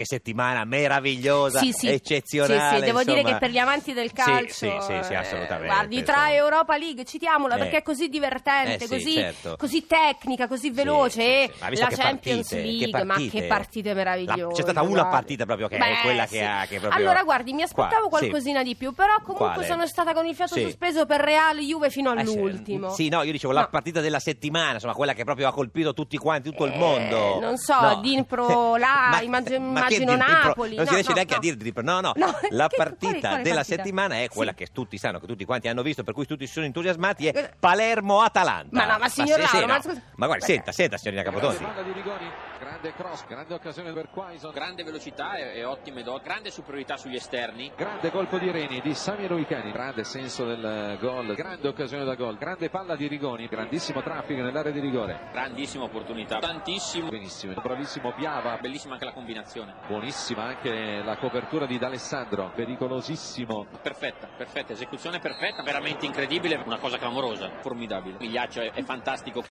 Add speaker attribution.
Speaker 1: Che settimana meravigliosa,
Speaker 2: Sì, sì.
Speaker 1: eccezionale.
Speaker 2: Sì, sì, devo dire
Speaker 1: insomma.
Speaker 2: che per gli amanti del
Speaker 1: Sì,
Speaker 2: calcio.
Speaker 1: Sì, sì, sì,
Speaker 2: eh,
Speaker 1: assolutamente.
Speaker 2: guardi, tra
Speaker 1: insomma.
Speaker 2: Europa League, citiamola
Speaker 1: Eh.
Speaker 2: perché è così divertente,
Speaker 1: Eh sì,
Speaker 2: così,
Speaker 1: certo.
Speaker 2: così tecnica, così
Speaker 1: Sì,
Speaker 2: veloce.
Speaker 1: sì,
Speaker 2: e
Speaker 1: sì. Ma visto
Speaker 2: La
Speaker 1: che
Speaker 2: Champions
Speaker 1: partite, che
Speaker 2: League, ma che
Speaker 1: partite.
Speaker 2: partite meravigliose.
Speaker 1: La- c'è stata una
Speaker 2: guardi.
Speaker 1: partita proprio che è
Speaker 2: Beh,
Speaker 1: quella che
Speaker 2: sì.
Speaker 1: ha- che proprio-
Speaker 2: Allora, guardi, mi aspettavo
Speaker 1: Qua- sì.
Speaker 2: qualcosina di più, però comunque
Speaker 1: Quale?
Speaker 2: sono stata con il fiato
Speaker 1: Sì.
Speaker 2: sospeso per Real Juve fino
Speaker 1: Eh, sì,
Speaker 2: all'ultimo.
Speaker 1: Sì, no, io dicevo
Speaker 2: No.
Speaker 1: la partita della settimana, insomma, quella che proprio ha colpito tutti quanti, tutto il
Speaker 2: Eh,
Speaker 1: mondo.
Speaker 2: non so, Dnipro là, immagino-
Speaker 1: ma che
Speaker 2: immagino
Speaker 1: Dnipro?
Speaker 2: Napoli,
Speaker 1: Non
Speaker 2: no,
Speaker 1: si riesce
Speaker 2: no,
Speaker 1: neanche
Speaker 2: no.
Speaker 1: a dire Dnipro. No, no,
Speaker 2: No,
Speaker 1: la
Speaker 2: che-
Speaker 1: partita
Speaker 2: quale- quale
Speaker 1: della
Speaker 2: partita?
Speaker 1: settimana è quella
Speaker 2: Sì.
Speaker 1: che tutti sanno, che tutti quanti hanno visto, per cui tutti sono entusiasmati, è
Speaker 2: Eh,
Speaker 1: Palermo-Atalanta.
Speaker 2: ma no, ma signor
Speaker 1: sì, sì,
Speaker 2: Lauro,
Speaker 1: no.
Speaker 2: ma scusa-
Speaker 1: Ma guarda,
Speaker 2: Perché?
Speaker 1: senta, senta, signorina Capotondi.
Speaker 3: Grande di Rigoni, grande cross, grande occasione per Quaison,
Speaker 4: grande velocità e, e ottime do, grande superiorità sugli esterni.
Speaker 3: grande colpo di Reni, di Samir Uicani, grande senso del eh, gol, grande occasione da gol, grande palla di Rigoni, grandissimo traffico nell'area di rigore.
Speaker 4: Grandissima opportunità, tantissimo,
Speaker 3: Benissimo, bravissimo Piava,
Speaker 4: bellissima anche la combinazione.
Speaker 3: buonissima anche la copertura di D'Alessandro, pericolosissimo.
Speaker 4: Perfetta, perfetta, esecuzione perfetta, veramente incredibile, una cosa clamorosa, formidabile. Migliaccio è- è fantastico.